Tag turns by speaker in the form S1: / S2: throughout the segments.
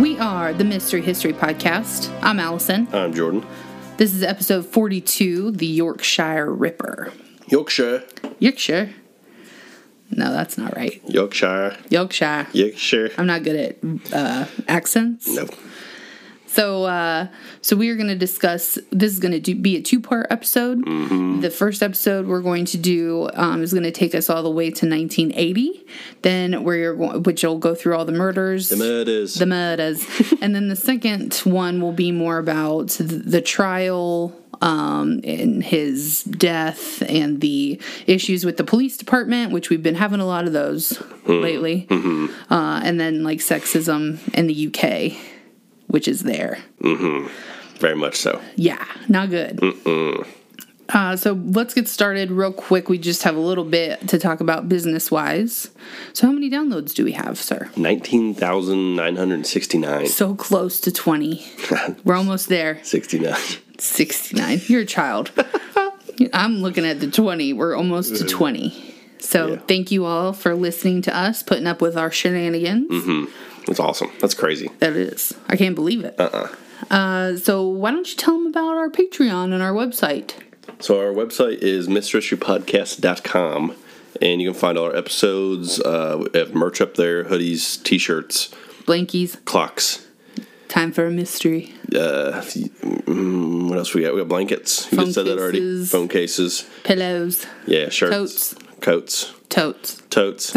S1: We are the Mystery History Podcast. I'm Allison.
S2: I'm Jordan.
S1: This is episode 42 The Yorkshire Ripper.
S2: Yorkshire.
S1: Yorkshire? No, that's not right.
S2: Yorkshire.
S1: Yorkshire.
S2: Yorkshire.
S1: I'm not good at uh, accents.
S2: No.
S1: So, uh, so we are going to discuss. This is going to do, be a two-part episode.
S2: Mm-hmm.
S1: The first episode we're going to do um, is going to take us all the way to 1980. Then we're going, which will go through all the murders,
S2: The murders.
S1: the murders. and then the second one will be more about th- the trial um, and his death and the issues with the police department, which we've been having a lot of those lately. Uh, and then like sexism in the UK, which is there.
S2: Very much so.
S1: Yeah, not good. Uh, so let's get started real quick. We just have a little bit to talk about business wise. So, how many downloads do we have, sir?
S2: 19,969.
S1: So close to 20. We're almost there.
S2: 69.
S1: 69. You're a child. I'm looking at the 20. We're almost to 20. So
S2: Yeah.
S1: thank you all for listening to us, putting up with our shenanigans.
S2: Mm-hmm. That's awesome. That's crazy.
S1: That is. I can't believe it. Uh-uh. so why don't you tell them about our Patreon and our website?
S2: So our website is mysteryhistorypodcast.com and you can find all our episodes. Uh, we have merch up there, hoodies, t-shirts,
S1: Blankies,
S2: clocks.
S1: time for a mystery.
S2: Uh, mm, what else we got? We got blankets. We
S1: Phone
S2: just said that already.
S1: cases.
S2: Phone cases.
S1: Pillows,
S2: Yeah,
S1: Totes.
S2: shirts. Coats.
S1: totes.
S2: Totes.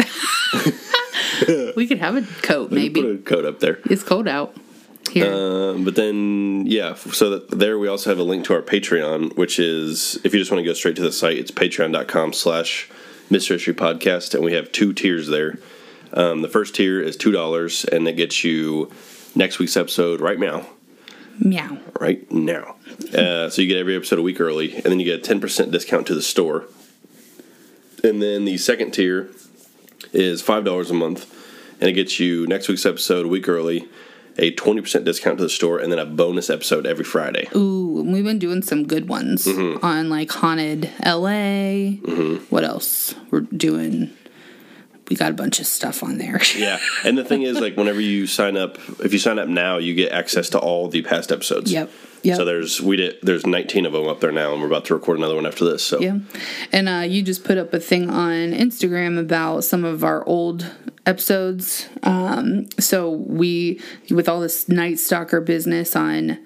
S1: We could have a coat,
S2: Put
S1: maybe.
S2: a coat up there.
S1: It's cold out here.
S2: Um, but then, yeah, f- so that there we also have a link to our Patreon, which is if you just want to go straight to the site, it's patreon.com slash Mystery History Podcast, and we have two tiers there. Um, the first tier is two dollars, and that gets you next week's episode right now,
S1: Meow.
S2: right now. Uh, so you get every episode a week early, and then you get a ten percent discount to the store. And then the second tier is five dollars a month, and it gets you next week's episode a week early, a twenty percent discount to the store, and then a bonus episode every Friday.
S1: Ooh, and we've been doing some good ones on like haunted LA. What else? We're doing. We got a bunch of stuff on there.
S2: Yeah, and the thing is, like, whenever you sign up, if you sign up now, you get access to all the past episodes.
S1: Yep. Yep.
S2: So there's we did there's 19 of them up there now, and we're about to record another one after this. So
S1: yeah. And uh, you just put up a thing on Instagram about some of our old episodes. Um, so we, with all this Night Stalker business on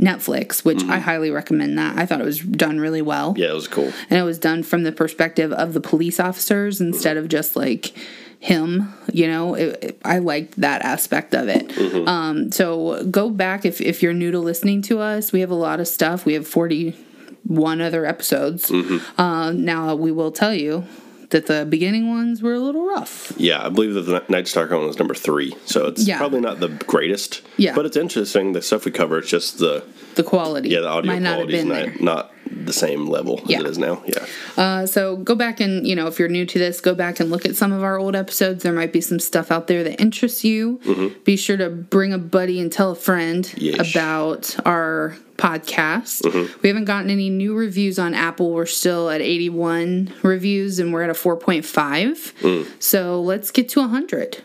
S1: Netflix, which I highly recommend that. I thought it was done really well.
S2: yeah, it was cool.
S1: and it was done from the perspective of the police officers instead of just like him you know it, it- i liked that aspect of it
S2: Mm-hmm.
S1: um, so go back if, if you're new to listening to us we have a lot of stuff we have 41 other episodes
S2: Mm-hmm.
S1: uh, now we will tell you that the beginning ones were a little rough
S2: Yeah, I believe that the Night Stalker one was number three, so it's
S1: Yeah.
S2: probably not the greatest.
S1: Yeah.
S2: but it's interesting the stuff we cover. It's just the
S1: the quality
S2: yeah the audio
S1: might not have
S2: quality is
S1: been
S2: not,
S1: there
S2: not the same level
S1: Yeah.
S2: as it is now. Yeah,
S1: Uh, so go back and you know if you're new to this, go back and look at some of our old episodes. There might be some stuff out there that interests you. Be sure to bring a buddy and tell a friend
S2: Yeesh.
S1: about our podcast. We haven't gotten any new reviews on Apple. We're still at 81 reviews and we're at a 4.5. So let's get to 100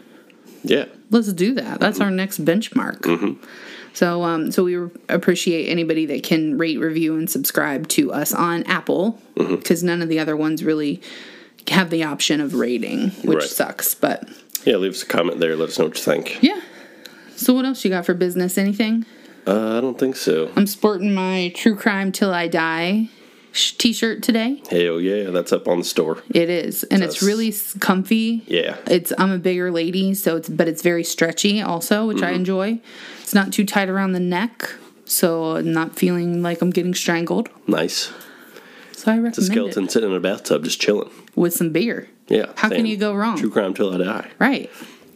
S2: yeah.
S1: let's do that. That's our next benchmark. So, um, so we appreciate anybody that can rate, review, and subscribe to us on Apple because none of the other ones really have the option of rating, which
S2: Right.
S1: sucks. But
S2: Yeah, leave us a comment there. Let us know what you think.
S1: yeah. So, what else you got for business? Anything?
S2: Uh, I don't think so.
S1: I'm sporting my True Crime Till I Die sh- t-shirt today.
S2: Hell yeah, that's up on the store.
S1: It is, and it's
S2: That's-
S1: really s- comfy.
S2: Yeah.
S1: it's I'm a bigger lady, so it's but it's very stretchy also, which I
S2: Mm-hmm.
S1: enjoy. It's not too tight around the neck, so I'm not feeling like I'm getting strangled.
S2: Nice.
S1: So I recommend
S2: The skeleton
S1: it
S2: sitting in a bathtub just chilling.
S1: with some beer.
S2: Yeah.
S1: How can
S2: same.
S1: you go wrong?
S2: True crime till I die.
S1: Right.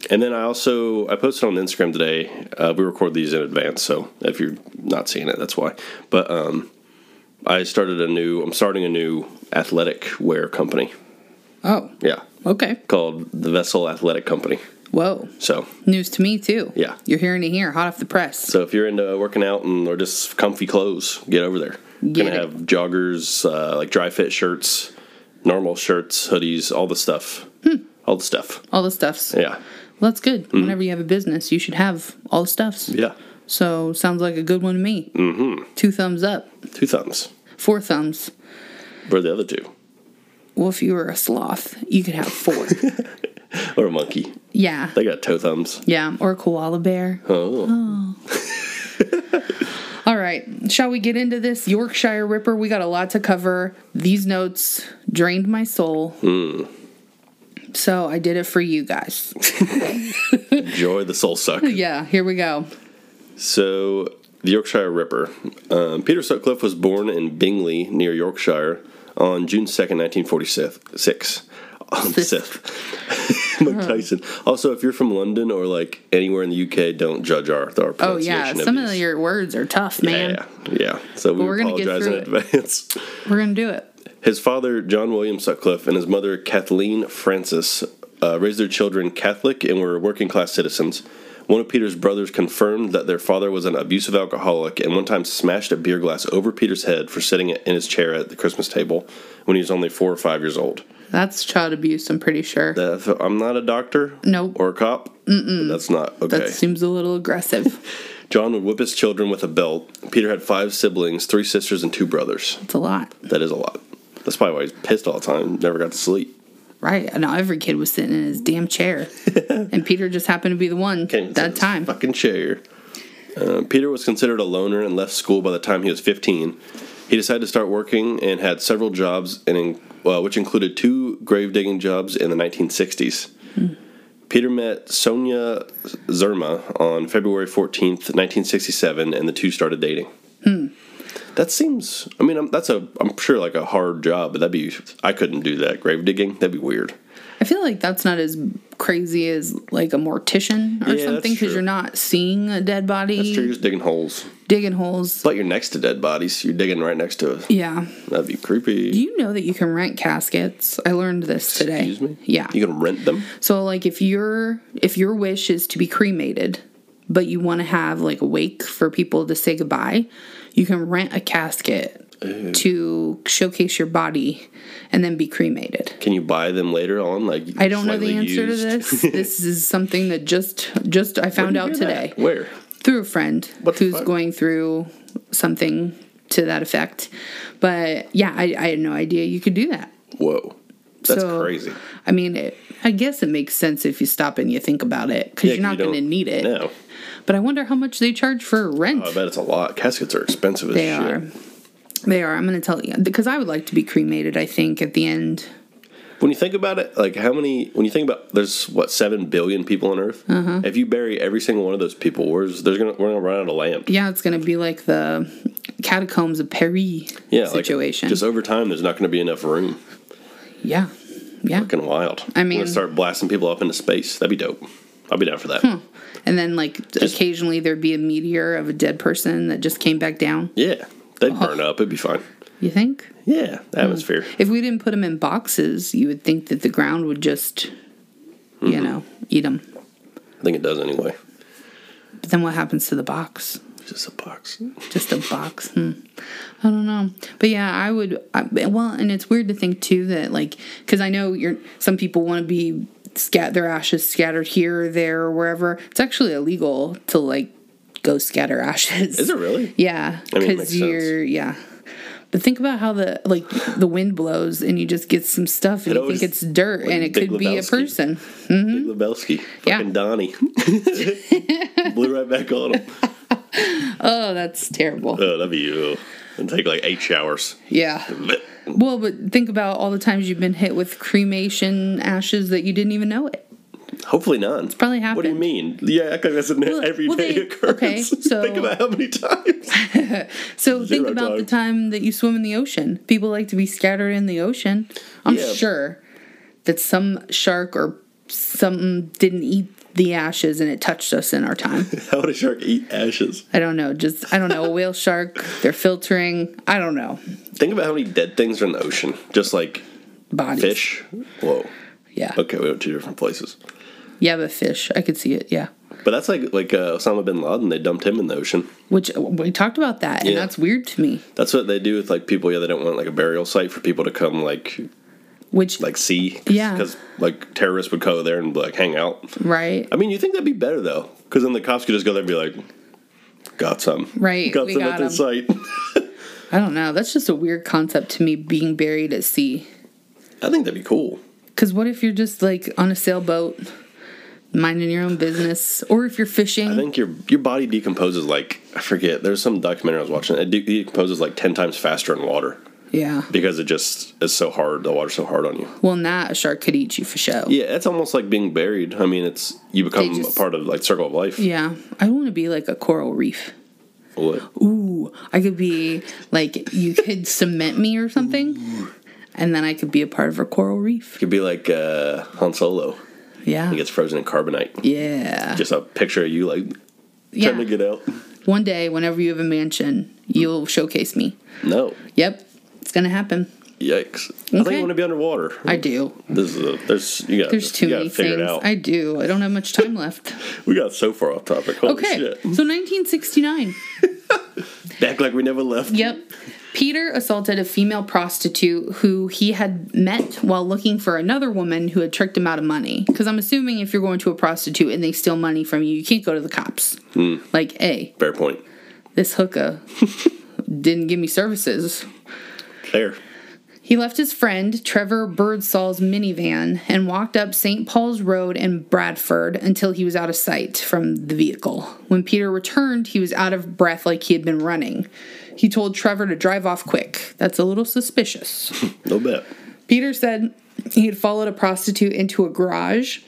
S2: And then I also I posted on Instagram today. Uh, we record these in advance, so if you're not seeing it, that's why. But um, I started a new. I'm starting a new athletic wear company.
S1: Oh,
S2: Yeah.
S1: okay.
S2: Called the Vessel Athletic Company.
S1: Whoa.
S2: So,
S1: News to me, too.
S2: Yeah.
S1: You're hearing it here, hot off the press.
S2: so if you're into working out and or just comfy clothes, get over there.
S1: Get
S2: Gonna
S1: it.
S2: have joggers, uh, like dry fit shirts, normal shirts, hoodies, all the stuff.
S1: Hmm.
S2: All the stuff.
S1: All the stuffs.
S2: Yeah. Mm-hmm.
S1: Well, that's good. Whenever you have a business, you should have all the stuffs.
S2: Yeah.
S1: So, sounds like a good one to me. Mm-hmm. Two thumbs up,
S2: Two thumbs.
S1: four thumbs.
S2: Where are the other two?
S1: Well, if you were a sloth, you could have four.
S2: Or a monkey.
S1: yeah.
S2: They got toe thumbs.
S1: Yeah. Or a koala bear. Oh.
S2: Oh.
S1: All right. Shall we get into this Yorkshire Ripper? We got a lot to cover. These notes drained my soul.
S2: Hmm.
S1: So I did it for you guys.
S2: Enjoy the soul suck.
S1: yeah, here we go.
S2: So, the Yorkshire Ripper. Um, Peter Sutcliffe was born in Bingley, near Yorkshire, on June 2nd, 1946. On the
S1: Sith.
S2: Sith.
S1: Uh-huh.
S2: Mike Tyson. Also, if you're from London or like anywhere in the UK, don't judge our, our
S1: Oh,
S2: pronunciation.
S1: yeah. Some of
S2: these.
S1: your words are tough, man.
S2: Yeah, yeah. So we
S1: we're gonna get
S2: apologize in
S1: through
S2: advance.
S1: We're going to do it.
S2: His father, John William Sutcliffe, and his mother, Kathleen Francis, uh, raised their children Catholic and were working class citizens. One of Peter's brothers confirmed that their father was an abusive alcoholic and one time smashed a beer glass over Peter's head for sitting in his chair at the Christmas table when he was only four or five years old.
S1: That's child abuse, I'm pretty sure.
S2: Uh, I'm not a doctor.
S1: Nope.
S2: Or a cop. Mm-mm. That's not okay.
S1: That seems a little aggressive.
S2: John would whip his children with a belt. Peter had five siblings, three sisters, and two brothers.
S1: It's a lot.
S2: That is a lot. That's probably why he's pissed all the time. Never got to sleep.
S1: Right. Now every kid was sitting in his damn chair. and Peter just happened to be the one
S2: Can't even sit in
S1: that
S2: his
S1: time.
S2: Fucking chair. Uh, Peter was considered a loner and left school by the time he was 15. He decided to start working and had several jobs, and in, uh, which included two grave digging jobs in the 1960s. Peter met Sonia Zerma on February 14th, 1967, and the two started dating.
S1: Hmm.
S2: That seems. I mean, I'm, that's a. I'm sure like a hard job, but that'd be. I couldn't do that grave digging. That'd be weird.
S1: I feel like that's not as crazy as like a mortician or
S2: Yeah, that's
S1: something
S2: true.
S1: because you're not seeing a dead
S2: That's true. You're
S1: body,
S2: just digging holes,
S1: digging holes.
S2: but you're next to dead bodies. You're digging right next to it.
S1: Yeah.
S2: That'd be creepy.
S1: Do you know that you can rent caskets? I learned this today.
S2: Excuse me.
S1: Yeah.
S2: You can rent them.
S1: So like if your if your wish is to be cremated, but you want to have like a wake for people to say goodbye, you can rent a casket to showcase your body and then be cremated.
S2: Can you buy them later on? Like
S1: I don't know the
S2: slightly
S1: answer
S2: used?
S1: to this. this is something that just just I
S2: Where'd
S1: found
S2: you
S1: out
S2: hear
S1: today
S2: that? Where?
S1: through a friend
S2: What the
S1: who's
S2: fuck?
S1: going through something to that effect. But yeah, I, I had no idea you could do that.
S2: Whoa. That's
S1: So,
S2: crazy.
S1: I mean, it, I guess it makes sense if you stop and you think about it because
S2: Yeah,
S1: you're
S2: 'cause
S1: not
S2: you
S1: going to
S2: don't-
S1: need it.
S2: No.
S1: But I wonder how much they charge for rent.
S2: I bet it's a lot. Caskets are expensive as
S1: they
S2: Oh, shit.
S1: are. They are. I'm going to tell you because I would like to be cremated. I think at the end.
S2: When you think about it, like how many? When you think about, there's what seven billion people on Earth.
S1: Uh-huh.
S2: If you bury every single one of those people, where's there's gonna we're gonna run out of land.
S1: Yeah, it's going to be like the catacombs of Paris
S2: Yeah, like,
S1: situation.
S2: just over time, there's not gonna be enough room.
S1: yeah, yeah.
S2: Fucking wild.
S1: I
S2: We're
S1: mean-
S2: gonna start blasting people up into space. That'd be dope. I'll be down for
S1: Hmm.
S2: that.
S1: And then, like, occasionally there'd be a meteor of a dead person that just came back down.
S2: Yeah, they'd burn up. It'd be fine.
S1: You think?
S2: Yeah, atmosphere.
S1: If we didn't put them in boxes, you would think that the ground would just,
S2: Mm-hmm.
S1: you know, eat them.
S2: I think it does anyway.
S1: But then what happens to the box?
S2: Just a box.
S1: Just a box. Hmm. I don't know. But yeah, I would. I, well, and it's weird to think too that like because I know you're some people want to be scat their ashes scattered here or there or wherever. It's actually illegal to like go scatter ashes.
S2: Is it really?
S1: Yeah,
S2: I mean, it
S1: because
S2: makes sense.
S1: you're yeah. But think about how the like the wind blows and you just get some stuff and
S2: It
S1: you think
S2: always-
S1: it's dirt
S2: like
S1: and it
S2: Big
S1: could be a
S2: Lebowski.
S1: person.
S2: Big Lebowski.
S1: Hmm? Yeah.
S2: Fucking Donnie. Blew right back on him.
S1: Oh, that's terrible.
S2: Oh, that'd be you. It'd take like eight showers.
S1: Yeah.
S2: Blech.
S1: Well, but think about all the times you've been hit with cremation ashes that you didn't even know it.
S2: Hopefully none. It's
S1: probably
S2: What do you
S1: happened.
S2: mean? Yeah, I think that's an
S1: Well-
S2: everyday
S1: well, they-
S2: occurrence.
S1: okay, so-
S2: think about how many times.
S1: So think
S2: Zero
S1: about the
S2: times.
S1: time that you swim in the ocean. People like to be scattered in the ocean. I'm
S2: Yeah.
S1: sure that some shark or something didn't eat the ashes and it touched us in our time.
S2: How would a shark eat ashes?
S1: I don't know. Just I don't know. A whale shark. They're filtering. I don't know.
S2: Think about how many dead things are in the ocean. Just like
S1: bodies.
S2: Fish. Whoa.
S1: Yeah.
S2: Okay, we went two different places.
S1: Yeah, but fish. I could see it. Yeah.
S2: But that's like like uh, Osama bin Laden. They dumped him in the ocean.
S1: Which we talked about that, and
S2: Yeah.
S1: that's weird to me.
S2: That's what they do with like people. Yeah, they don't want like a burial site for people to come like
S1: Which,
S2: like see.
S1: Yeah.
S2: Because like terrorists would go there and like hang out.
S1: right?
S2: I mean, you think that'd be better though, because then the cops could just go there and be like, "Got some,
S1: Right,
S2: Got
S1: we
S2: some
S1: got
S2: at the site."
S1: I don't know. That's just a weird concept to me, being buried at sea.
S2: I think that'd be cool.
S1: Because what if you're just like on a sailboat, minding your own business, or if you're
S2: I
S1: fishing?
S2: think your your body decomposes like I forget. There's some documentary I was watching. It de- decomposes like ten times faster in water
S1: Yeah.
S2: because it just is so hard. The water's so hard on you.
S1: Well, not a shark could eat you for show.
S2: Yeah, it's almost like being buried. I mean, it's you become
S1: just-
S2: a part of like circle of life.
S1: Yeah. I want to be like a coral reef.
S2: What?
S1: Ooh, I could be like you could cement me or something, and then I could be a part of a coral reef.
S2: Could be like uh, Han Solo.
S1: Yeah.
S2: He gets frozen in carbonite.
S1: Yeah.
S2: Just a picture of you like
S1: Yeah.
S2: trying to get out.
S1: One day, whenever you have a mansion, you'll showcase me.
S2: No.
S1: Yep. It's gonna happen.
S2: Yikes. I think
S1: Okay.
S2: I want to be underwater.
S1: I do.
S2: This is a, there's you got
S1: There's too
S2: you
S1: many
S2: gotta figure it
S1: things.
S2: out.
S1: I do. I don't have much time left.
S2: we got so far off topic. Holy
S1: Okay.
S2: shit.
S1: So 1969.
S2: Back like we never left.
S1: Yep. Peter assaulted a female prostitute who he had met while looking for another woman who had tricked him out of money. Because I'm assuming if you're going to a prostitute and they steal money from you, you can't go to the cops. Like, hey,
S2: Fair point.
S1: this hookah didn't give me services.
S2: There.
S1: He left his friend Trevor Birdsall's minivan and walked up St. Paul's Road in Bradford until he was out of sight from the vehicle. When Peter returned, he was out of breath like he had been running. He told Trevor to drive off quick. That's a little suspicious.
S2: No bet.
S1: Peter said he had followed a prostitute into a garage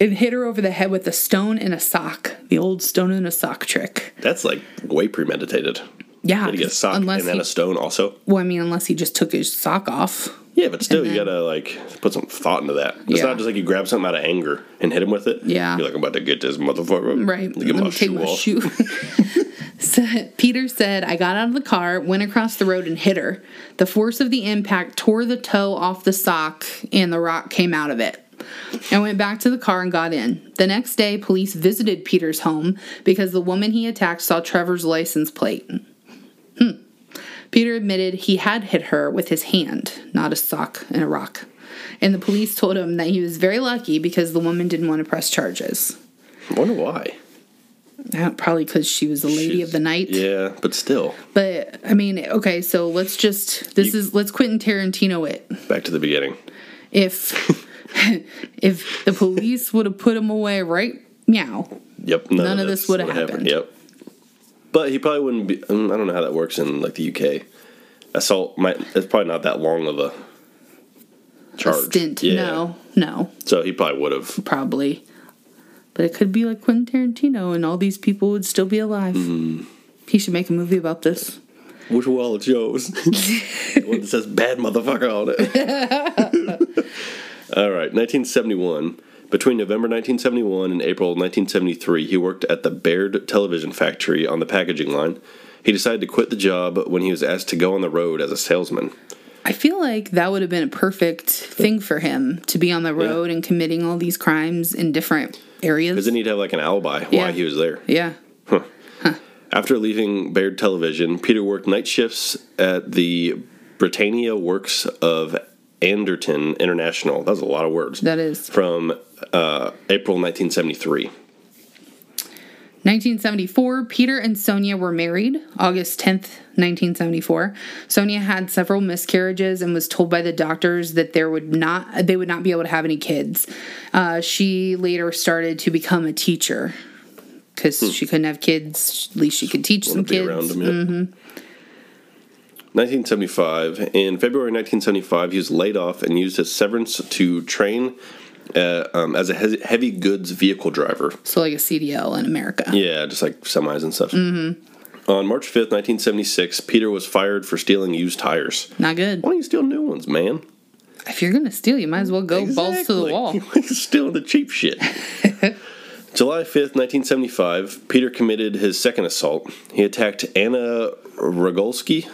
S1: and hit her over the head with a stone and a sock. The old stone and a sock trick.
S2: That's like way premeditated.
S1: Yeah.
S2: You get a sock
S1: unless
S2: and then
S1: he,
S2: a stone also.
S1: well, I mean, unless he just took his sock off.
S2: Yeah, but still, you gotta like put some thought into that. It's
S1: Yeah.
S2: not just like you grab something out of anger and hit him with it.
S1: Yeah.
S2: you're like I'm about to get this motherfucker.
S1: Right.
S2: Get
S1: Let
S2: my
S1: me take
S2: shoe
S1: my
S2: off.
S1: shoe. So, Peter said, I got out of the car, went across the road, and hit her. The force of the impact tore the toe off the sock, and the rock came out of it. I went back to the car and got in. The next day, police visited Peter's home because the woman he attacked saw Trevor's license plate. Hmm. Peter admitted he had hit her with his hand, not a sock and a rock. And the police told him that he was very lucky because the woman didn't want to press charges.
S2: I wonder why.
S1: Uh, Probably because she was the lady
S2: She's-
S1: of the night.
S2: Yeah, but still,
S1: But I mean, okay, so let's just this is let's Quentin Tarantino it.
S2: back to the beginning.
S1: If if the police would have put him away right now,
S2: Yep, none,
S1: None of this would've
S2: would've
S1: happened.
S2: Yep, but he probably wouldn't be. mm, I don't know how that works in like the UK. Assault might. It's probably not that long of a charge.
S1: a stint.
S2: Yeah.
S1: No, no,
S2: So he probably would have.
S1: probably. But it could be like Quentin Tarantino, and all these people would still be alive.
S2: Mm-hmm.
S1: He should make a movie about this.
S2: Which wallet shows? one that says bad motherfucker on it. All right, 1971. Between November 1971 and April 1973, he worked at the Baird Television Factory on the packaging line. He decided to quit the job when he was asked to go on the road as a salesman.
S1: I feel like that would have been a perfect thing for him to be on the road and committing all these crimes in different areas.
S2: Because then he'd have like an alibi
S1: Yeah.
S2: why he was there.
S1: yeah.
S2: After leaving Baird Television, Peter worked night shifts at the Britannia Works of Anderton International. That was a lot of words.
S1: That is
S2: from uh, April 1973.
S1: 1974, Peter and Sonia were married August 10th, 1974. Sonia had several miscarriages and was told by the doctors that there would not they would not be able to have any kids. Uh, she later started to become a teacher because she couldn't have kids. At least she could teach some
S2: Hmm. Wanna be
S1: kids. Mm-hmm.
S2: around him yet? 1975. In February 1975, he was laid off and used his severance to train uh, um, as a he- heavy goods vehicle driver.
S1: So like a CDL in America.
S2: Yeah, just like semis and stuff. Mm-hmm. On March 5th, 1976, Peter was fired for stealing used tires.
S1: Not good.
S2: Why don't you steal new ones, man?
S1: If you're gonna steal, you might as well go balls to the
S2: Exactly.
S1: wall.
S2: Still the cheap shit. July 5th, 1975, Peter committed his second assault. He attacked
S1: Hmm.
S2: Anna Rogolski,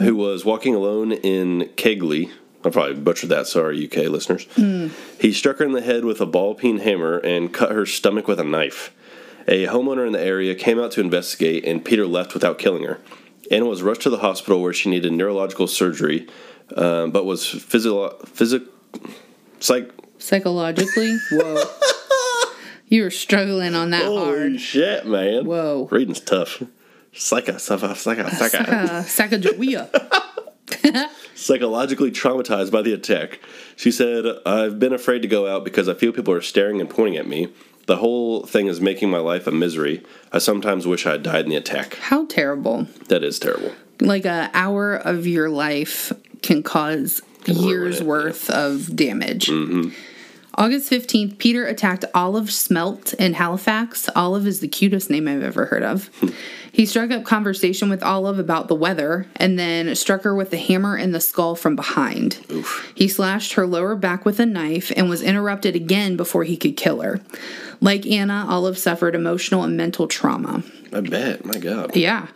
S2: who was walking alone in Kegley, I probably butchered that. Sorry, UK listeners.
S1: Hmm.
S2: He struck her in the head with a ball peen hammer and cut her stomach with a knife. A homeowner in the area came out to investigate, and Peter left without killing her. Anna was rushed to the hospital where she needed neurological surgery, um, but was physio- physic- psych.
S1: Psychologically, whoa. You were struggling on that
S2: Holy
S1: hard.
S2: shit, man!
S1: Whoa.
S2: reading's tough. Psycho, psycho, psycho, psycho.
S1: Saka, Uh, Sacagawea.
S2: psychologically traumatized by the attack. She said, I've been afraid to go out because I feel people are staring and pointing at me. The whole thing is making my life a misery. I sometimes wish I had died in the attack.
S1: How terrible.
S2: That is terrible.
S1: Like an hour of your life can cause
S2: ruin
S1: years
S2: it, Mm-hmm.
S1: worth of damage. August 15th, Peter attacked Olive Smelt in Halifax. Olive is the cutest name I've ever heard of.
S2: Hmm.
S1: he struck up conversation with Olive about the weather and then struck her with a hammer in the skull from behind. He slashed her lower back with a knife and was interrupted again before he could kill her. Like Anna, Olive suffered emotional and mental trauma.
S2: I bet. My God.
S1: Yeah.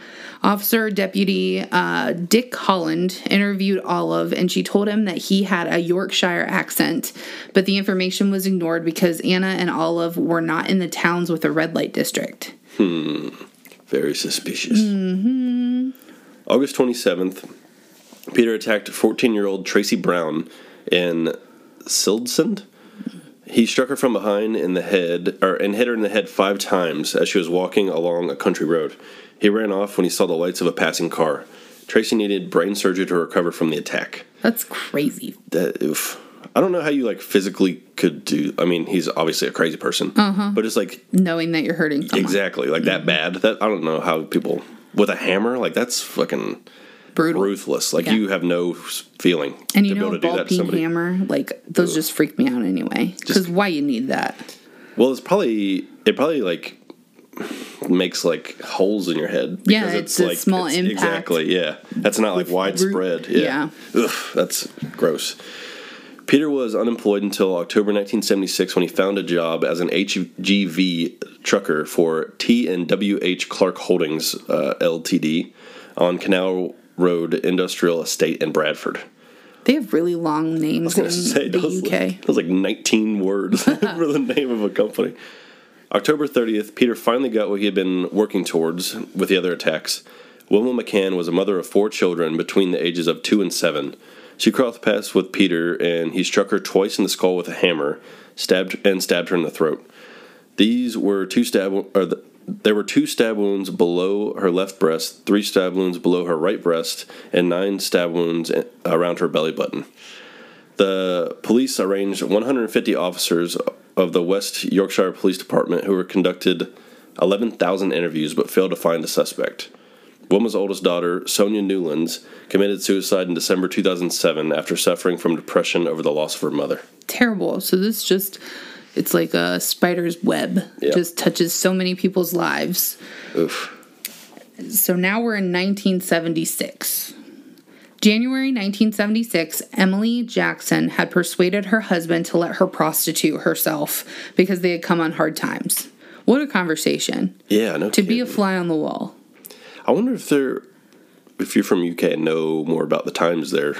S1: Officer Deputy uh, Dick Holland interviewed Olive and she told him that he had a Yorkshire accent, but the information was ignored because Anna and Olive were not in the towns with a red light district.
S2: Very suspicious. August 27th, Peter attacked 14 year old Tracy Brown in Sildsund. He struck her from behind in the head, or and hit her in the head five times as she was walking along a country road. He ran off when he saw the lights of a passing car. Tracy needed brain surgery to recover from the attack.
S1: That's crazy.
S2: That oof. I don't know how you like physically could do. I mean, he's obviously a crazy person, but it's like
S1: Knowing that you're hurting someone.
S2: exactly like
S1: Mm-hmm.
S2: that bad. That I don't know how people with a hammer like that's fucking
S1: Brutal.
S2: ruthless. Like
S1: Yeah.
S2: you have no s- feeling
S1: And you know, a ball peen hammer, like those just freak me out anyway. Because why you need that?
S2: Well, it's probably it probably like makes like holes in your head.
S1: Yeah, it's a small impact.
S2: Exactly. Yeah, that's not like widespread. Yeah, Ugh, that's gross. Peter was unemployed until October 1976 when he found a job as an HGV trucker for T and WH Clark Holdings uh, Ltd. on Canal Road Industrial Estate in Bradford.
S1: They have really long names
S2: I
S1: in
S2: was gonna say, that was
S1: the UK.
S2: Like, that was like 19 words for the name of a company. October 30th, Peter finally got what he had been working towards with the other attacks. Wilma McCann was a mother of four children between the ages of two and seven. She crossed paths with Peter, and he struck her twice in the skull with a hammer, stabbed and stabbed her in the throat. These were two stab or the, there were two stab wounds below her left breast, three stab wounds below her right breast, and nine stab wounds eh, around her belly button. The police arranged 150 officers of the West Yorkshire Police Department who were conducted 11,000 interviews but failed to find a suspect. Wilma's oldest daughter, Sonia Newlands, committed suicide in December 2007 after suffering from depression over the loss of her mother.
S1: terrible. So this just it's like a spider's web.
S2: Yeah.
S1: Just touches so many people's lives.
S2: Oof.
S1: So now we're in 1976. January 1976, Emily Jackson had persuaded her husband to let her prostitute herself because they had come on hard times. What a conversation.
S2: Yeah, no
S1: To be a
S2: kidding.
S1: fly on the wall.
S2: I wonder if they're, if you're from UK and know more about the times there,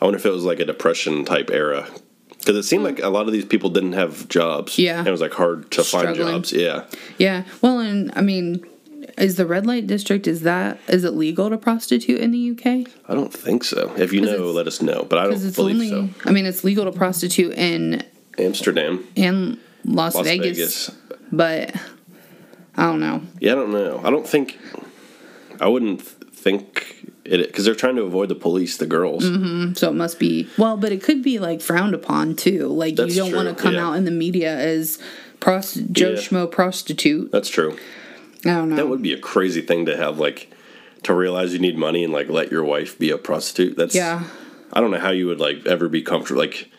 S2: I wonder if it was like a depression type era. Because it seemed like a lot of these people didn't have jobs.
S1: Yeah.
S2: And it was like hard to find
S1: Struggling.
S2: jobs. Yeah.
S1: Yeah. Well, and I mean, is the red light district is that is it legal to prostitute in the UK?
S2: I don't think so. If you know,
S1: it's-
S2: let us know. But I
S1: Because
S2: don't
S1: it's
S2: believe
S1: only
S2: so.
S1: I mean, it's legal to prostitute in
S2: Amsterdam,
S1: and Las,
S2: Las
S1: Vegas,
S2: Vegas.
S1: but I don't know.
S2: Yeah, I don't know. I don't think. I wouldn't th- think it because they're trying to avoid the police, the girls.
S1: So it must be well, but it could be like frowned upon too. Like
S2: That's
S1: you don't want to
S2: true,
S1: come
S2: yeah.
S1: out in the media as prost- Joe
S2: Yeah.
S1: Schmo prostitute.
S2: That's true.
S1: I don't know.
S2: That would be a crazy thing to have, like, to realize you need money and like let your wife be a prostitute. That's
S1: yeah.
S2: I don't know how you would like ever be comfortable. Like,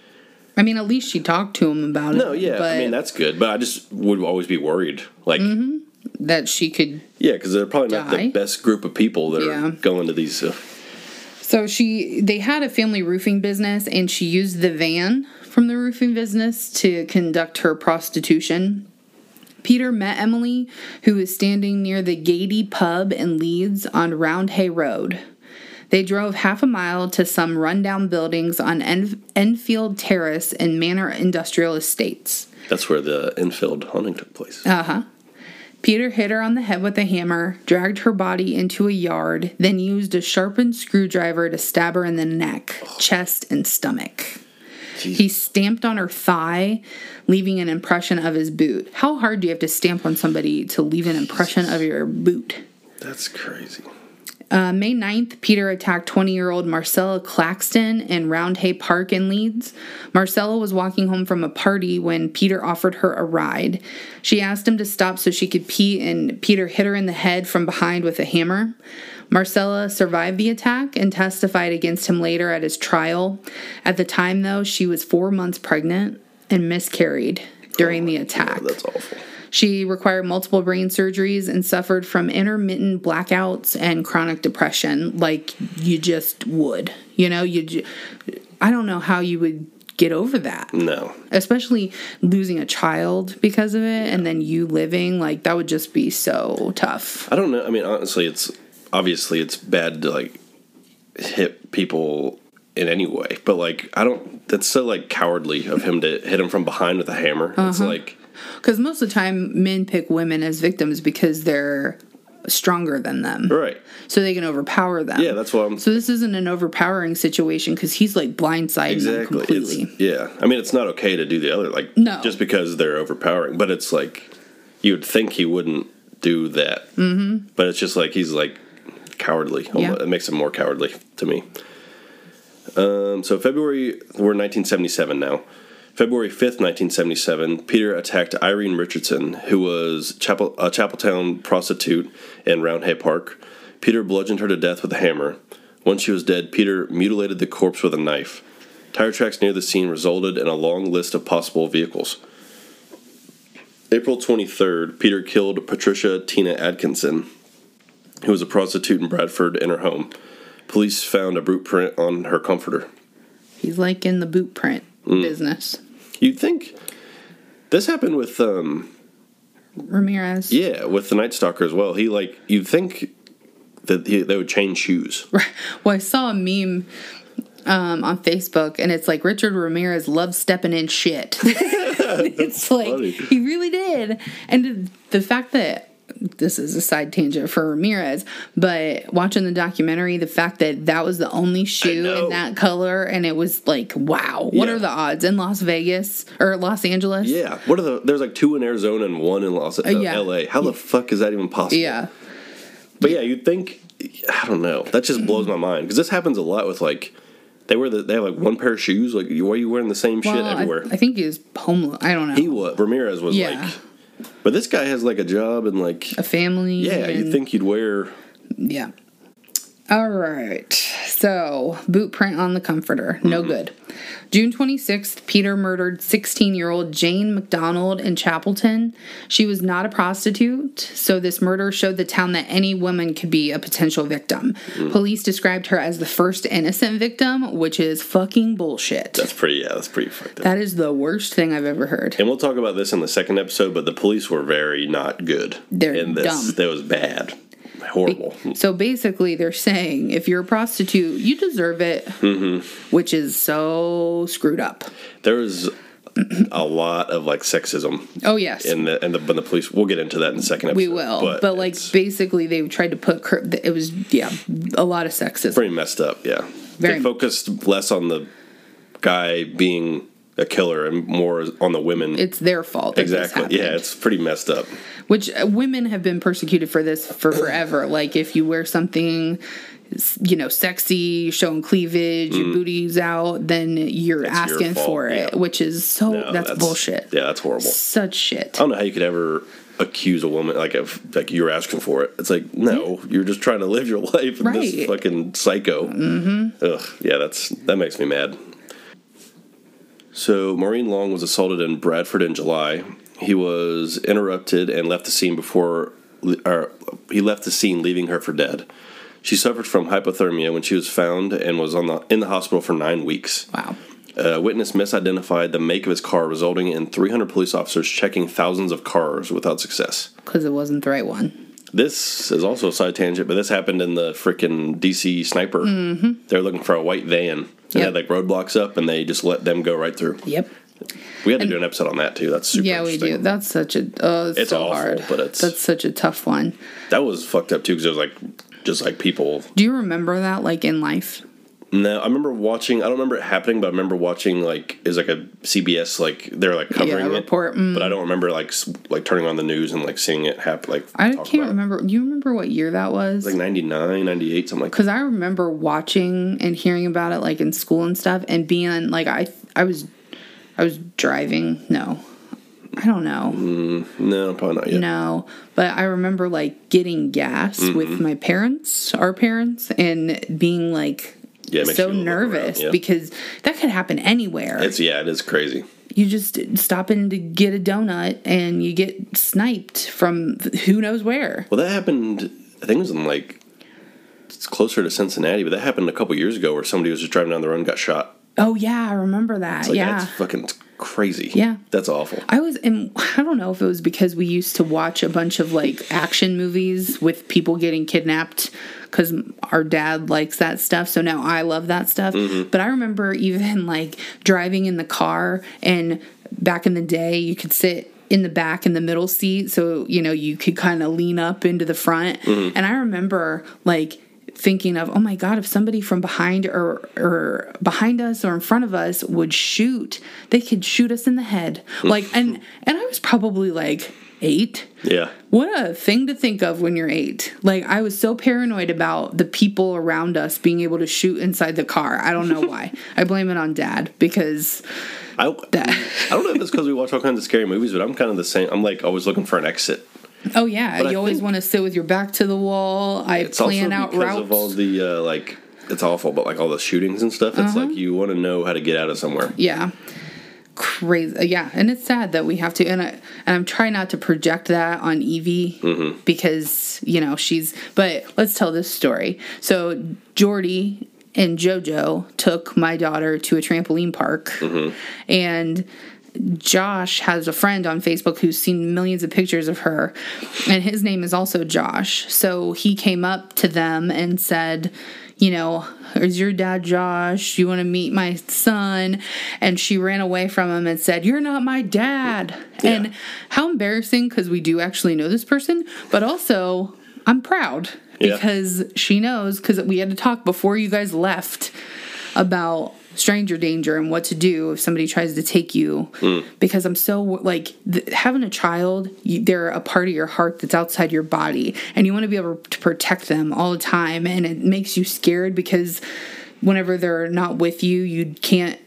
S1: I mean, at least she talked to him about it.
S2: no, yeah,
S1: but
S2: I mean that's good, but I just would always be worried. Like,
S1: that she could
S2: yeah, because they're probably not
S1: Die.
S2: the best group of people that
S1: Yeah.
S2: are going to these. Uh,
S1: So she they had a family roofing business and she used the van from the roofing business to conduct her prostitution. Peter met Emily, who was standing near the Gady pub in Leeds on Round Hay Road. They drove half a mile to some rundown buildings on En- Enfield Terrace in Manor Industrial Estates.
S2: That's where the Enfield hunting took place.
S1: Uh, Peter hit her on the head with a hammer, dragged her body into a yard, then used a sharpened screwdriver to stab her in the neck, chest, and stomach. He stamped on her thigh, leaving an impression of his boot. How hard do you have to stamp on somebody to leave an impression of your boot?
S2: That's crazy.
S1: Uh, May 9th, Peter attacked 20 year old Marcella Claxton in Roundhay Park in Leeds. Marcella was walking home from a party when Peter offered her a ride. She asked him to stop so she could pee, and Peter hit her in the head from behind with a hammer. Marcella survived the attack and testified against him later at his trial. At the time, though, she was four months pregnant and miscarried during the attack.
S2: That's awful.
S1: She required multiple brain surgeries and suffered from intermittent blackouts and chronic depression, like you just would. You know, you. Ju- I don't know how you would get over that,
S2: No.
S1: especially losing a child because of it, and then you living like that would just be so tough.
S2: I don't know. I mean, honestly, it's obviously it's bad to like hit people in any way, but like I don't. That's so like cowardly of him to hit him from behind with a hammer. It's
S1: Uh-huh.
S2: like
S1: Because most of the time, men pick women as victims because they're stronger than them,
S2: right.
S1: so they can overpower them.
S2: Yeah, that's what I'm.
S1: so this isn't an overpowering situation because he's like blindsiding them
S2: exactly. It's-
S1: completely.
S2: yeah. I mean, it's not okay to do the other like
S1: No.
S2: just because they're overpowering, but it's like you would think he wouldn't do that. Mm-hmm. But it's just like he's like cowardly.
S1: Yeah.
S2: It makes him more cowardly to me. Um, so February we're 1977 now. February 5th, 1977, Peter attacked Irene Richardson, who was Chapel, a Chapeltown prostitute in Roundhay Park. Peter bludgeoned her to death with a hammer. Once she was dead, Peter mutilated the corpse with a knife. Tire tracks near the scene resulted in a long list of possible vehicles. April 23rd, Peter killed Patricia Tina Atkinson, who was a prostitute in Bradford in her home. Police found a boot print on her comforter.
S1: He's like in the boot print
S2: Mm.
S1: business.
S2: You'd think this happened with um
S1: Ramirez.
S2: yeah, with the Night Stalker as well. He like you'd think that he, they would change shoes.
S1: Well, I saw a meme um, on Facebook, and it's like Richard Ramirez loves stepping in shit. it's like
S2: funny.
S1: he really did, and the fact that this is a side tangent for Ramirez, but watching the documentary, the fact that that was the only shoe
S2: know.
S1: in that color, and it was like, wow, what
S2: Yeah.
S1: are the odds in Las Vegas or Los Angeles?
S2: Yeah. What are the there's like two in Arizona and one in Los uh,
S1: yeah.
S2: LA. How the fuck is that even possible?
S1: yeah.
S2: But yeah, you'd think I don't know. That just blows my mind because this happens a lot with like they wear the, they have like one pair of shoes. Like why are you wearing the same shit
S1: Well, I-
S2: everywhere?
S1: I, think he was homeless. I don't know.
S2: he was Ramirez was
S1: Yeah.
S2: like, but this guy has like a job and like
S1: a family.
S2: yeah,
S1: and-
S2: you'd think you'd wear
S1: Yeah. All right. So, boot print on the comforter. No good. June 26th, Peter murdered 16 year old Jane McDonald in Chapelton. She was not a prostitute, so this murder showed the town that any woman could be a potential victim. Police described her as the first innocent victim, which is fucking bullshit.
S2: that's pretty yeah that's pretty fucked up.
S1: That is the worst thing I've ever heard.
S2: And we'll talk about this in the second episode, but the police were very not good.
S1: They're
S2: in this.
S1: dumb.
S2: That was bad. Horrible.
S1: So basically, they're saying if you're a prostitute, you deserve it, which is so screwed up.
S2: There was a lot of like sexism
S1: Oh, yes.
S2: in the and the, but the police. We'll get into that in the second episode.
S1: We will, but, like
S2: it's
S1: basically, they tried to put cur- it was yeah a lot of sexism.
S2: pretty messed up. Yeah,
S1: Very-
S2: they focused less on the guy being a killer and more on the women.
S1: It's their fault. That
S2: exactly.
S1: This
S2: Yeah,
S1: happened.
S2: it's pretty messed up.
S1: Which uh, women have been persecuted for this for forever. like if you wear something, s- you know, sexy, you're showing cleavage, your booty's out, then you're
S2: That's Mm. your
S1: asking
S2: fault,
S1: for it,
S2: yeah.
S1: which is so
S2: No,
S1: that's, bullshit.
S2: Yeah, Um, that's horrible.
S1: Such shit.
S2: I don't know how you could ever accuse a woman like if like you're asking for it. It's like no, you're just trying to live your life. And
S1: Right.
S2: This fucking psycho. Mm-hmm. Ugh. Yeah, that's that makes me mad. So Maureen Long was assaulted in Bradford in July. He was interrupted and left the scene before, or he left the scene, leaving her for dead. She suffered from hypothermia when she was found and was on the in the hospital for nine weeks.
S1: wow.
S2: A witness misidentified the make of his car, resulting in 300 police officers checking thousands of cars without success.
S1: Because it wasn't the right one.
S2: This is also a side tangent, but this happened in the freaking DC sniper. Mm-hmm. They were looking for a white van. and They
S1: Yep.
S2: had like roadblocks up, and they just let them go right through.
S1: Yep.
S2: We had to do an episode on that too. That's super.
S1: Yeah, we do.
S2: interesting.
S1: That's such a oh, it's,
S2: It's
S1: so
S2: awful,
S1: hard.
S2: but it's-
S1: that's such a tough one.
S2: That was fucked up too because it was like just like people.
S1: Do you remember that like in life?
S2: No, I remember watching. I don't remember it happening, but I remember watching like is like a CBS like they're like covering
S1: Yeah,
S2: it.
S1: report, mm.
S2: But I don't remember like s- like turning on the news and like seeing it happen. Like
S1: I
S2: talk
S1: can't
S2: about it.
S1: remember. Do you remember what year that was?
S2: Like 99, 98, something like that.
S1: because I remember watching and hearing about it like in school and stuff, and being like, I I was I was driving. No, I don't know.
S2: Mm, No, probably not yet.
S1: No, but I remember like getting gas
S2: Mm-hmm.
S1: with my parents, our parents, and being like
S2: Yeah, it makes
S1: so
S2: you look around,
S1: nervous
S2: yeah.
S1: because that could happen anywhere.
S2: It's yeah, it is crazy.
S1: you just stop in to get a donut and you get sniped from who knows where.
S2: Well, that happened. I think it was in like it's closer to Cincinnati, but that happened a couple years ago where somebody was just driving down the road and got shot.
S1: Oh yeah, I remember that.
S2: Like,
S1: yeah.
S2: that's fucking crazy.
S1: Yeah.
S2: that's awful.
S1: I was, and I don't know if it was because we used to watch a bunch of like action movies with people getting kidnapped because our dad likes that stuff. So now I love that stuff. But I remember even like driving in the car, and back in the day, you could sit in the back in the middle seat. So, you know, you could kind of lean up into the front. And I remember like, thinking of oh my god if somebody from behind or or behind us or in front of us would shoot they could shoot us in the head like and and i was probably like 8
S2: Yeah,
S1: what a thing to think of when you're 8 like i was so paranoid about the people around us being able to shoot inside the car i don't know why i blame it on dad because
S2: I
S1: that
S2: I don't know if it's because we watch all kinds of scary movies, but I'm kind of the same. I'm like always looking for an exit.
S1: oh yeah
S2: I
S1: you always
S2: think-
S1: want to sit with your back to the wall i
S2: It's
S1: plan
S2: also
S1: out
S2: because of all
S1: routes
S2: the uh, like. It's awful, but like all the shootings and stuff,
S1: Uh-huh.
S2: it's like you want to know how to get out of somewhere.
S1: Yeah. Crazy. Yeah, and it's sad that we have to and I and I'm trying not to project that on Evie because, you know, she's but let's tell this story. So Jordy and Jojo took my daughter to a trampoline park and Josh has a friend on Facebook who's seen millions of pictures of her, and his name is also Josh. So he came up to them and said, You know, is your dad Josh? You want to meet my son? And she ran away from him and said, You're not my dad.
S2: Yeah.
S1: And how embarrassing because we do actually know this person, but also I'm proud
S2: Yeah.
S1: because she knows because we had to talk before you guys left about stranger danger and what to do if somebody tries to take you because i'm so like th- having a child you, they're a part of your heart that's outside your body and you want to be able to protect them all the time and it makes you scared because whenever they're not with you you can't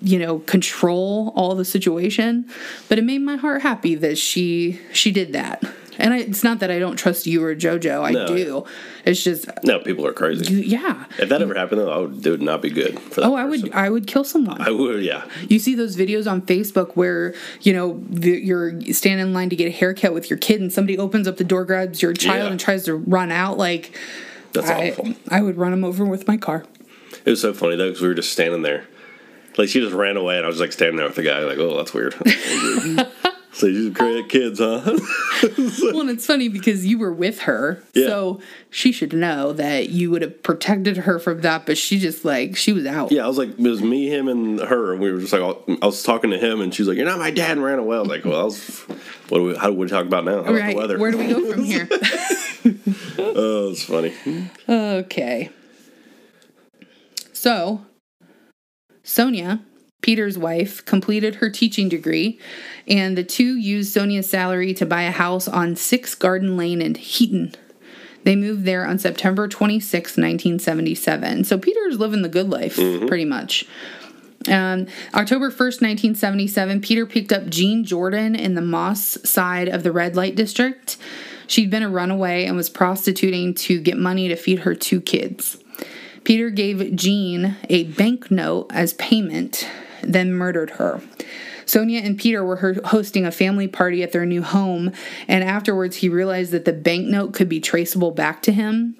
S1: you know control all the situation but it made my heart happy that she she did that and I, it's not that i don't trust you or jojo i
S2: No.
S1: do it's just
S2: No, people are crazy.
S1: yeah
S2: if that ever happened, though, I would, it would not be good for that.
S1: oh i would
S2: person.
S1: i would kill someone
S2: I would, yeah.
S1: You see those videos on Facebook where you know the, you're standing in line to get a haircut with your kid, and somebody opens up the door, grabs your child,
S2: Yeah.
S1: and tries to run out. Like,
S2: That's awful.
S1: I, I would run them over with my car.
S2: It was so funny though because we were just standing there. Like she just ran away, and I was like standing there with the guy. Like, oh, that's weird. so you just create kids, huh?
S1: well, and it's funny because you were with her,
S2: Yeah.
S1: so she should know that you would have protected her from that. But she just like she was out.
S2: yeah, I was like, it was me, him, and her, and we were just like, all, I was talking to him, and she's like, "You're not my dad," and ran away. I was like, "Well, I was, what do we? How do we talk about now? How about
S1: Right.
S2: the weather?
S1: Where do we go from here?
S2: oh, it's funny.
S1: okay. So, Sonia, Peter's wife, completed her teaching degree, and the two used Sonia's salary to buy a house on 6 Garden Lane in Heaton. They moved there on September 26, 1977. So Peter's living the good life, pretty much. Um, October 1st, 1977, Peter picked up Jean Jordan in the Moss side of the red light district. She'd been a runaway and was prostituting to get money to feed her two kids. Peter gave Jean a banknote as payment, then murdered her. Sonia and Peter were her- hosting a family party at their new home, and afterwards he realized that the banknote could be traceable back to him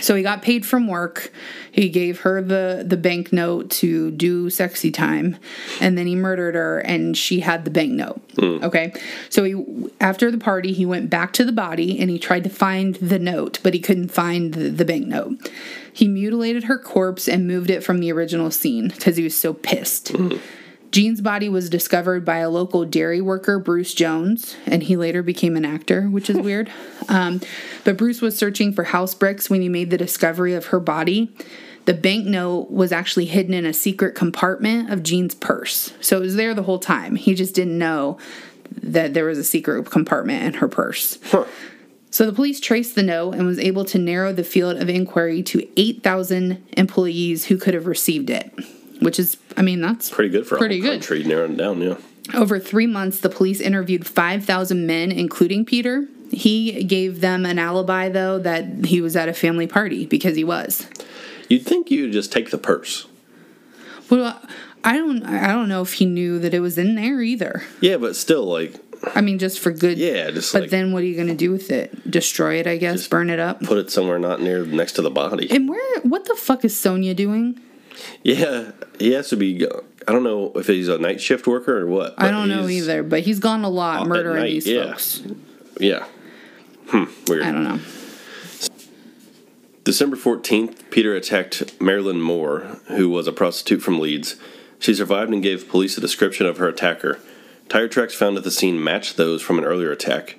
S1: So he got paid from work. He gave her the the bank note to do sexy time, and then he murdered her, and she had the bank note. Okay, so he after the party he went back to the body and he tried to find the note, but he couldn't find the, the bank note. He mutilated her corpse and moved it from the original scene because he was so pissed. Jean's body was discovered by a local dairy worker, Bruce Jones, and he later became an actor, which is weird. Um, but Bruce was searching for house bricks when he made the discovery of her body. The banknote was actually hidden in a secret compartment of Jean's purse. So it was there the whole time. He just didn't know that there was a secret compartment in her purse. So the police traced the note and was able to narrow the field of inquiry to 8,000 employees who could have received it, which is, I mean, that's
S2: Pretty good for
S1: Pretty
S2: a
S1: good.
S2: country narrowing it down, yeah.
S1: over three months, the police interviewed 5,000 men, including Peter. He gave them an alibi, though, that he was at a family party because he was.
S2: You'd think you'd just take the purse.
S1: Well, I don't, I don't know if he knew that it was in there either.
S2: Yeah, but still, like,
S1: I mean, just for good.
S2: yeah, just
S1: But
S2: like
S1: then, what are you going to do with it? Destroy it, I guess. Burn it up.
S2: put it somewhere not near next to the body.
S1: And where? What the fuck is Sonia doing?
S2: yeah, he has to be. I don't know if he's a night shift worker or what.
S1: I
S2: but
S1: don't know
S2: he's-
S1: either. But he's gone a lot
S2: at
S1: murdering
S2: night,
S1: these
S2: yeah.
S1: folks.
S2: Yeah. Hmm. Weird.
S1: I don't know.
S2: December 14th, Peter attacked Marilyn Moore, who was a prostitute from Leeds. She survived and gave police a description of her attacker. Tire tracks found at the scene matched those from an earlier attack.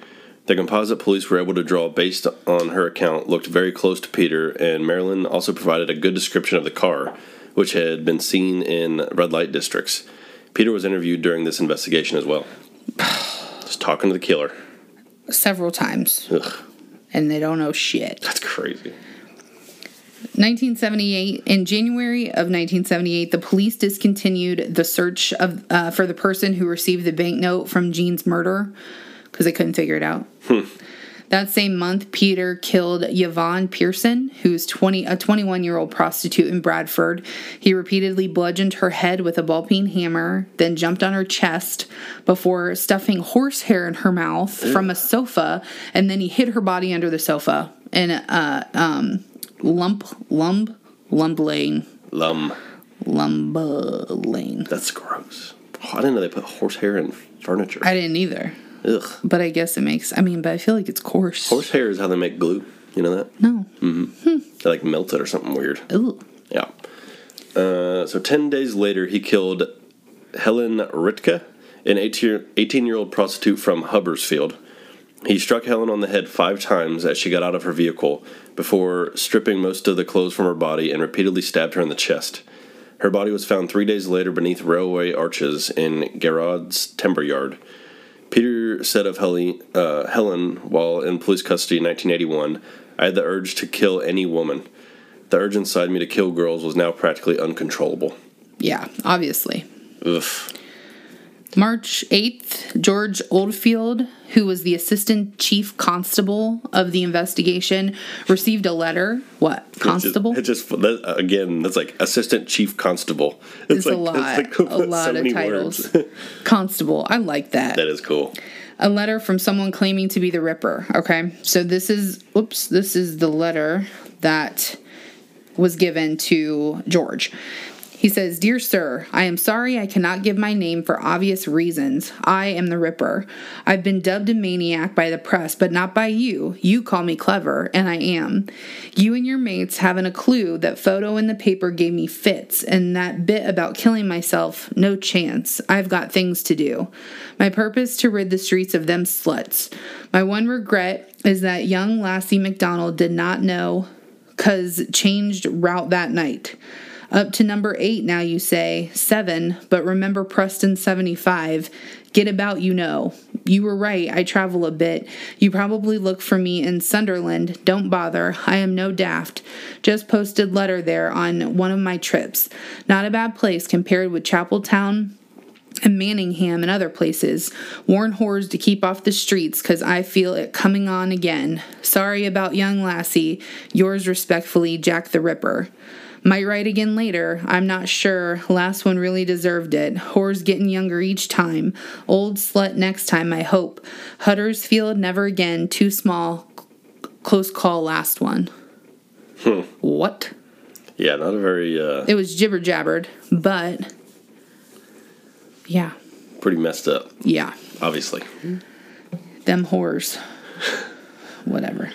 S2: The composite police were able to draw based on her account looked very close to Peter, and Marilyn also provided a good description of the car, which had been seen in red light districts. Peter was interviewed during this investigation as well. Just talking to the killer.
S1: Several times,
S2: Ugh,
S1: and they don't know shit.
S2: that's crazy.
S1: 1978 in january of 1978 the police discontinued the search of uh, for the person who received the banknote from jean's murder because they couldn't figure it out that same month peter killed yvonne pearson who's 20 a 21 year old prostitute in bradford he repeatedly bludgeoned her head with a ball-peen hammer then jumped on her chest before stuffing horsehair in her mouth from a sofa and then he hid her body under the sofa and uh, lump lump lump lane
S2: Lum.
S1: lumber lane
S2: That's gross. Oh, I didn't know they put horsehair in furniture.
S1: i didn't either
S2: Ugh.
S1: but i guess it makes i mean but i feel like it's coarse
S2: Horsehair is how they make glue. You know that? Mm-hmm.
S1: no Hmm.
S2: They like melt it or something weird.
S1: Ooh.
S2: Yeah. Uh, so 10 days later, he killed Helen Ritka, an 18 year old prostitute from Hubbersfield. He struck Helen on the head five times as she got out of her vehicle before stripping most of the clothes from her body and repeatedly stabbed her in the chest. Her body was found three days later beneath railway arches in Gerard's timber yard. Peter said of Helen, uh, Helen while in police custody in 1981, I had the urge to kill any woman. The urge inside me to kill girls was now practically uncontrollable.
S1: yeah obviously
S2: Ugh.
S1: March 8th, George Oldfield, who was the assistant chief constable of the investigation, received a letter. What? Constable?
S2: It just, it just that, again, that's like assistant chief constable.
S1: It's a lot.
S2: it's
S1: a lot
S2: so
S1: of
S2: many
S1: titles.
S2: words.
S1: constable. I like that.
S2: that is cool.
S1: a letter from someone claiming to be the Ripper. Okay, so this is oops, this is the letter that was given to George. He says, Dear sir, I am sorry I cannot give my name for obvious reasons. I am the Ripper. I've been dubbed a maniac by the press, but not by you. You call me clever, and I am. You and your mates haven't a clue that photo in the paper gave me fits, and that bit about killing myself, no chance. I've got things to do. My purpose to rid the streets of them sluts. My one regret is that young Lassie McDonald did not know cuz changed route that night. Up to number 8 now you say, 7, but remember Preston 75. Get about you know. You were right, I travel a bit. You probably look for me in Sunderland. Don't bother, I am no daft. Just posted letter there on one of my trips. Not a bad place compared with Chapel Town and Manningham and other places. Warn whores to keep off the streets because I feel it coming on again. Sorry about young Lassie. Yours respectfully, Jack the Ripper. Might write again later. I'm not sure. Last one really deserved it. Whore's getting younger each time. Old slut next time, I hope. Huddersfield never again. Too small. C- Close call, last one. What?
S2: Yeah, not a very uh,
S1: It was jibber jabbered, but yeah,
S2: pretty messed up,
S1: yeah,
S2: obviously.
S1: them whores. Whatever.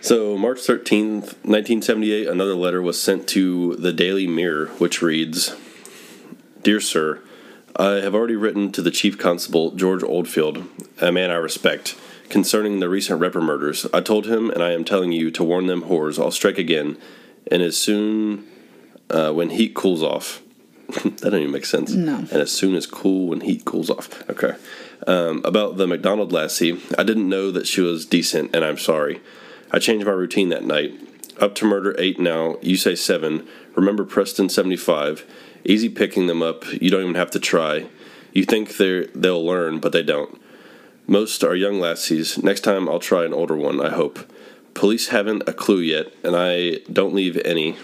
S2: So, March 13th, 1978, another letter was sent to the Daily Mirror, which reads Dear Sir, I have already written to the Chief Constable, George Oldfield, a man I respect, concerning the recent Repper murders. I told him, and I am telling you, to warn them whores, I'll strike again, and as soon uh, when heat cools off. that doesn't even make sense.
S1: No.
S2: And as soon as cool when heat cools off. Okay. Um, about the McDonald lassie, I didn't know that she was decent, and I'm sorry. I changed my routine that night. Up to murder eight now. You say seven. Remember Preston seventy five. Easy picking them up. You don't even have to try. You think they are they'll learn, but they don't. Most are young lassies. Next time I'll try an older one, I hope. Police haven't a clue yet, and I don't leave any.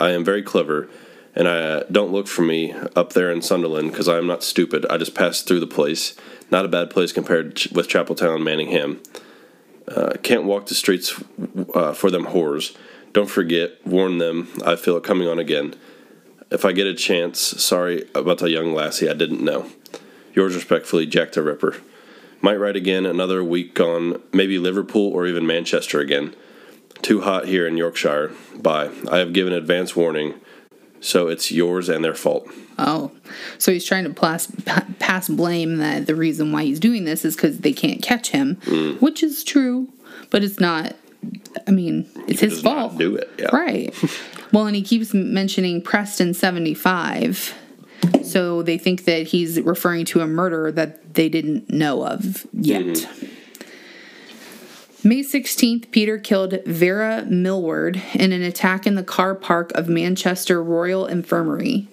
S2: I am very clever, and I uh, don't look for me up there in Sunderland because I am not stupid. I just passed through the place. Not a bad place compared ch- with Chapeltown, Manningham. Uh, can't walk the streets uh, for them whores. Don't forget, warn them. I feel it coming on again. If I get a chance, sorry about the young lassie I didn't know. Yours respectfully, Jack the Ripper. Might write again another week gone, maybe Liverpool or even Manchester again. Too hot here in Yorkshire. Bye. I have given advance warning, so it's yours and their fault.
S1: Oh, so he's trying to plas- pa- pass blame that the reason why he's doing this is because they can't catch him,
S2: Mm.
S1: which is true, but it's not. I mean, it's his
S2: does not
S1: fault.
S2: do it, yeah.
S1: right? well, and he keeps m- mentioning Preston seventy five, so they think that he's referring to a murder that they didn't know of yet.
S2: Mm-hmm.
S1: May 16th, Peter killed Vera Millward in an attack in the car park of Manchester Royal Infirmary.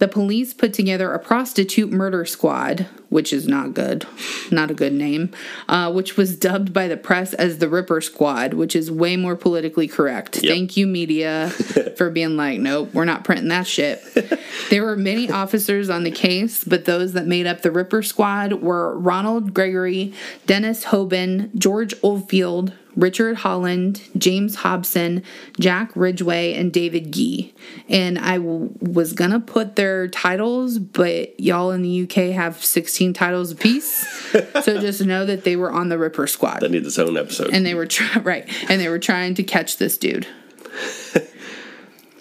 S1: The police put together a prostitute murder squad, which is not good, not a good name, uh, which was dubbed by the press as the Ripper Squad, which is way more politically correct. Thank you, media, for being like, nope, we're not printing that shit. there were many officers on the case, but those that made up the Ripper Squad were Ronald Gregory, Dennis Hoban, George Oldfield, Richard Holland, James Hobson, Jack Ridgway, and David Gee. And I w- was gonna put their titles, but y'all in the UK have 16 titles apiece. so just know that they were on the Ripper Squad.
S2: That needs its own episode.
S1: and they were try- right, and they were trying to catch this dude.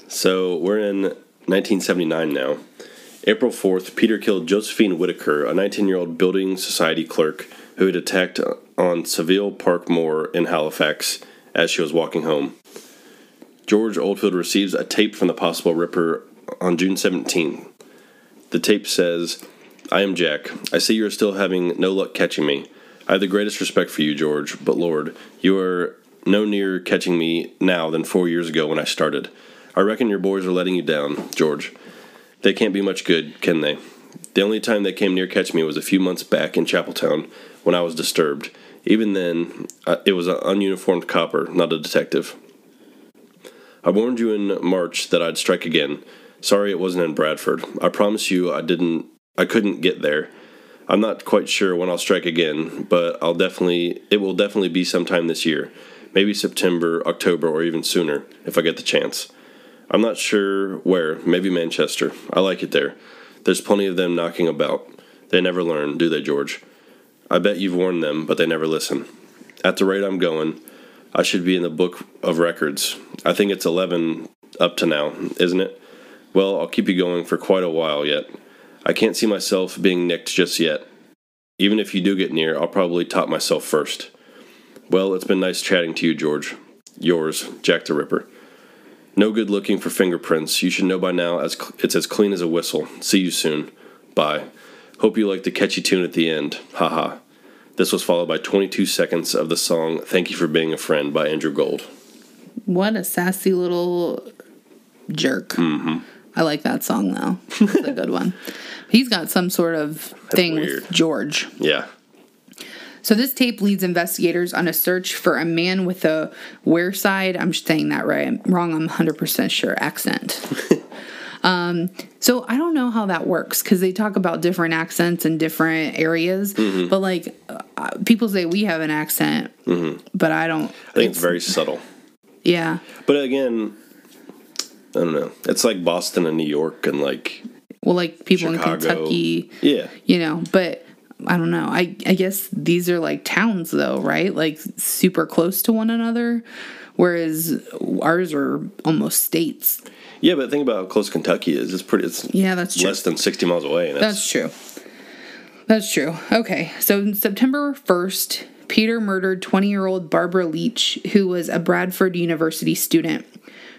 S2: So we're in 1979 now. April 4th, Peter killed Josephine Whitaker, a 19 year old building society clerk who had attacked on Seville Park Moor in Halifax as she was walking home. George Oldfield receives a tape from the possible Ripper on June 17th. The tape says, I am Jack. I see you are still having no luck catching me. I have the greatest respect for you, George, but Lord, you are no nearer catching me now than four years ago when I started. I reckon your boys are letting you down, George. They can't be much good, can they? The only time they came near catching me was a few months back in Chapeltown when I was disturbed. Even then, I- it was an ununiformed copper, not a detective. I warned you in March that I'd strike again. Sorry it wasn't in Bradford. I promise you I didn't I couldn't get there. I'm not quite sure when I'll strike again, but I'll definitely it will definitely be sometime this year. Maybe September, October, or even sooner if I get the chance. I'm not sure where, maybe Manchester. I like it there. There's plenty of them knocking about. They never learn, do they, George? I bet you've warned them, but they never listen. At the rate I'm going, I should be in the book of records. I think it's 11 up to now, isn't it? Well, I'll keep you going for quite a while yet. I can't see myself being nicked just yet. Even if you do get near, I'll probably top myself first. Well, it's been nice chatting to you, George. Yours, Jack the Ripper. No good looking for fingerprints. You should know by now as cl- it's as clean as a whistle. See you soon. Bye. Hope you like the catchy tune at the end. Haha. This was followed by 22 seconds of the song Thank You for Being a Friend by Andrew Gold.
S1: What a sassy little jerk.
S2: Mm-hmm.
S1: I like that song though. It's a good one. He's got some sort of thing
S2: weird.
S1: with George.
S2: Yeah.
S1: So this tape leads investigators on a search for a man with a where side. I'm saying that right. I'm wrong. I'm 100% sure accent. um, so I don't know how that works because they talk about different accents in different areas.
S2: Mm-hmm.
S1: But
S2: Mm-hmm.
S1: like uh, people say we have an accent, but I don't.
S2: I think it's very subtle.
S1: Yeah.
S2: But again, I don't know. It's like Boston and New York and like
S1: Well, like people in
S2: Chicago.
S1: Kentucky,
S2: yeah.
S1: you know, but I don't know. I I guess these are like towns though, right? Like super close to one another, whereas ours are almost states.
S2: Yeah, but think about how close Kentucky is. It's pretty it's
S1: Yeah, that's true.
S2: less than 60 miles away and that's,
S1: That's true. That's true. Okay. So on September 1st, Peter murdered 20 year old Barbara Leach, who was a Bradford University student.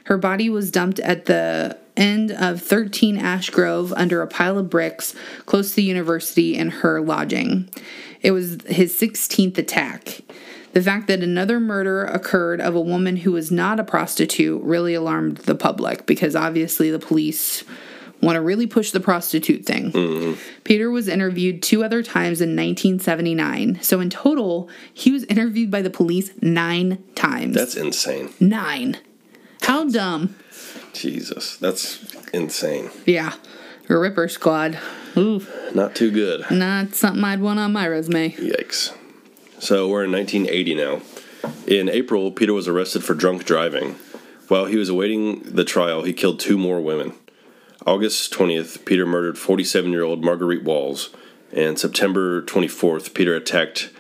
S1: Her body was dumped at the end of 13 Ash Grove under a pile of bricks close to the university and her lodging. It was his 16th attack. The fact that another murder occurred of a woman who was not a prostitute really alarmed the public because obviously the police want to really push the prostitute thing.
S2: Mm-hmm.
S1: Peter was interviewed two other times in 1979. So in total, he was interviewed by the police nine times.
S2: that's insane.
S1: nine. How dumb.
S2: Jesus. That's insane.
S1: Yeah. Ripper squad. Ooh,
S2: Not too good.
S1: not something I'd want on my resume.
S2: Yikes. So we're in 1980 now. In April, Peter was arrested for drunk driving. While he was awaiting the trial, he killed two more women. August 20th, Peter murdered 47 year old Marguerite Walls. And September 24th, Peter attacked,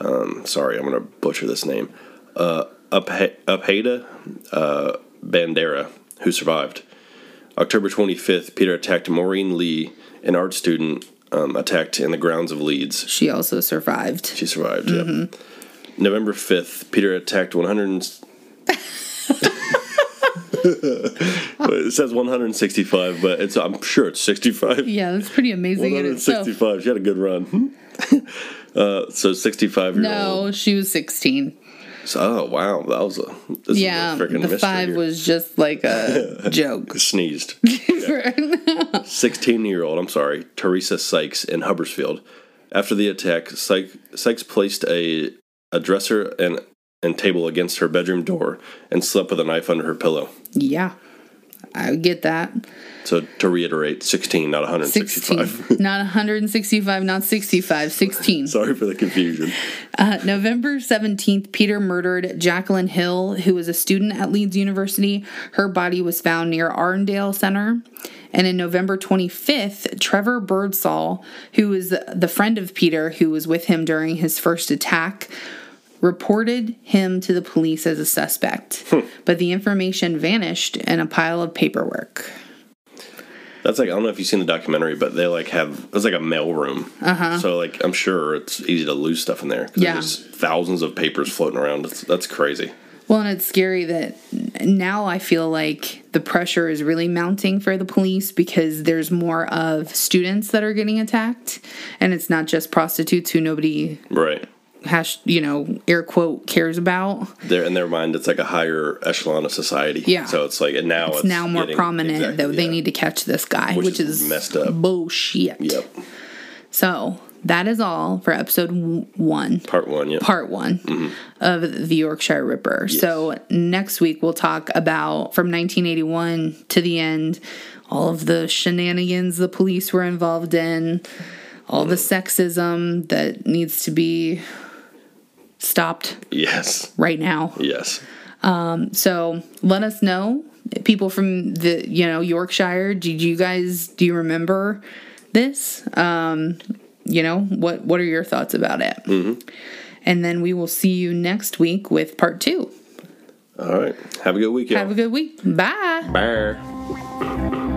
S2: um, sorry, I'm going to butcher this name, uh, Uphe- Upheda uh, Bandera, who survived. October 25th, Peter attacked Maureen Lee, an art student um, attacked in the grounds of Leeds.
S1: She also survived.
S2: She survived. yeah.
S1: Mm-hmm.
S2: November fifth, Peter attacked 100. And... But it says 165, but it's I'm sure it's 65.
S1: Yeah, that's pretty amazing in itself.
S2: 165. She had a good run. uh, so 65 year old.
S1: No, she was 16.
S2: So, oh wow, that was a this
S1: Yeah,
S2: is a freaking
S1: the
S2: mystery.
S1: five
S2: here.
S1: was just like a joke.
S2: sneezed. 16 year old, I'm sorry, Teresa Sykes in Hubbersfield. After the attack, Syke- Sykes placed a, a dresser and, and table against her bedroom door and slept with a knife under her pillow.
S1: yeah, I would get that.
S2: So to reiterate, 16, not
S1: 16
S2: 165.
S1: not 165 not 65 16
S2: Sorry for the confusion.
S1: uh, november 17th peter murdered jacqueline hill who was a student at leeds university her body was found near arndale center and in november 25th trevor birdsall who was the friend of peter who was with him during his first attack reported him to the police as a suspect but the information vanished in a pile of paperwork
S2: That's like, I don't know if you've seen the documentary, but they like have, it's like a mail room. Uh-huh. So like, I'm sure it's easy to lose stuff in there. 'cause
S1: Yeah.
S2: There's thousands of papers floating around. That's, that's crazy.
S1: Well, and it's scary that now I feel like the pressure is really mounting for the police because there's more of students that are getting attacked, and it's not just prostitutes who nobody
S2: Right.
S1: hash you know air quote cares about.
S2: they're in their mind it's like a higher echelon of society
S1: Yeah.
S2: so it's like and now it's,
S1: It's now more
S2: getting-
S1: prominent
S2: exactly,
S1: that they
S2: yeah.
S1: need to catch this guy, which,
S2: Which
S1: is,
S2: is messed up.
S1: bullshit.
S2: yep
S1: So that is all for episode w- one.
S2: part one yeah
S1: part one of the Yorkshire Ripper. So next week we'll talk about from 1981 to the end, all of the shenanigans the police were involved in, all the sexism that needs to be stopped
S2: yes
S1: right now.
S2: yes
S1: So let us know, people from the you know Yorkshire. Did you guys do you remember this? Um, you know what what are your thoughts about it? And then we will see you next week with part two.
S2: all right have a good weekend
S1: Have a good week. Bye.
S2: Bye.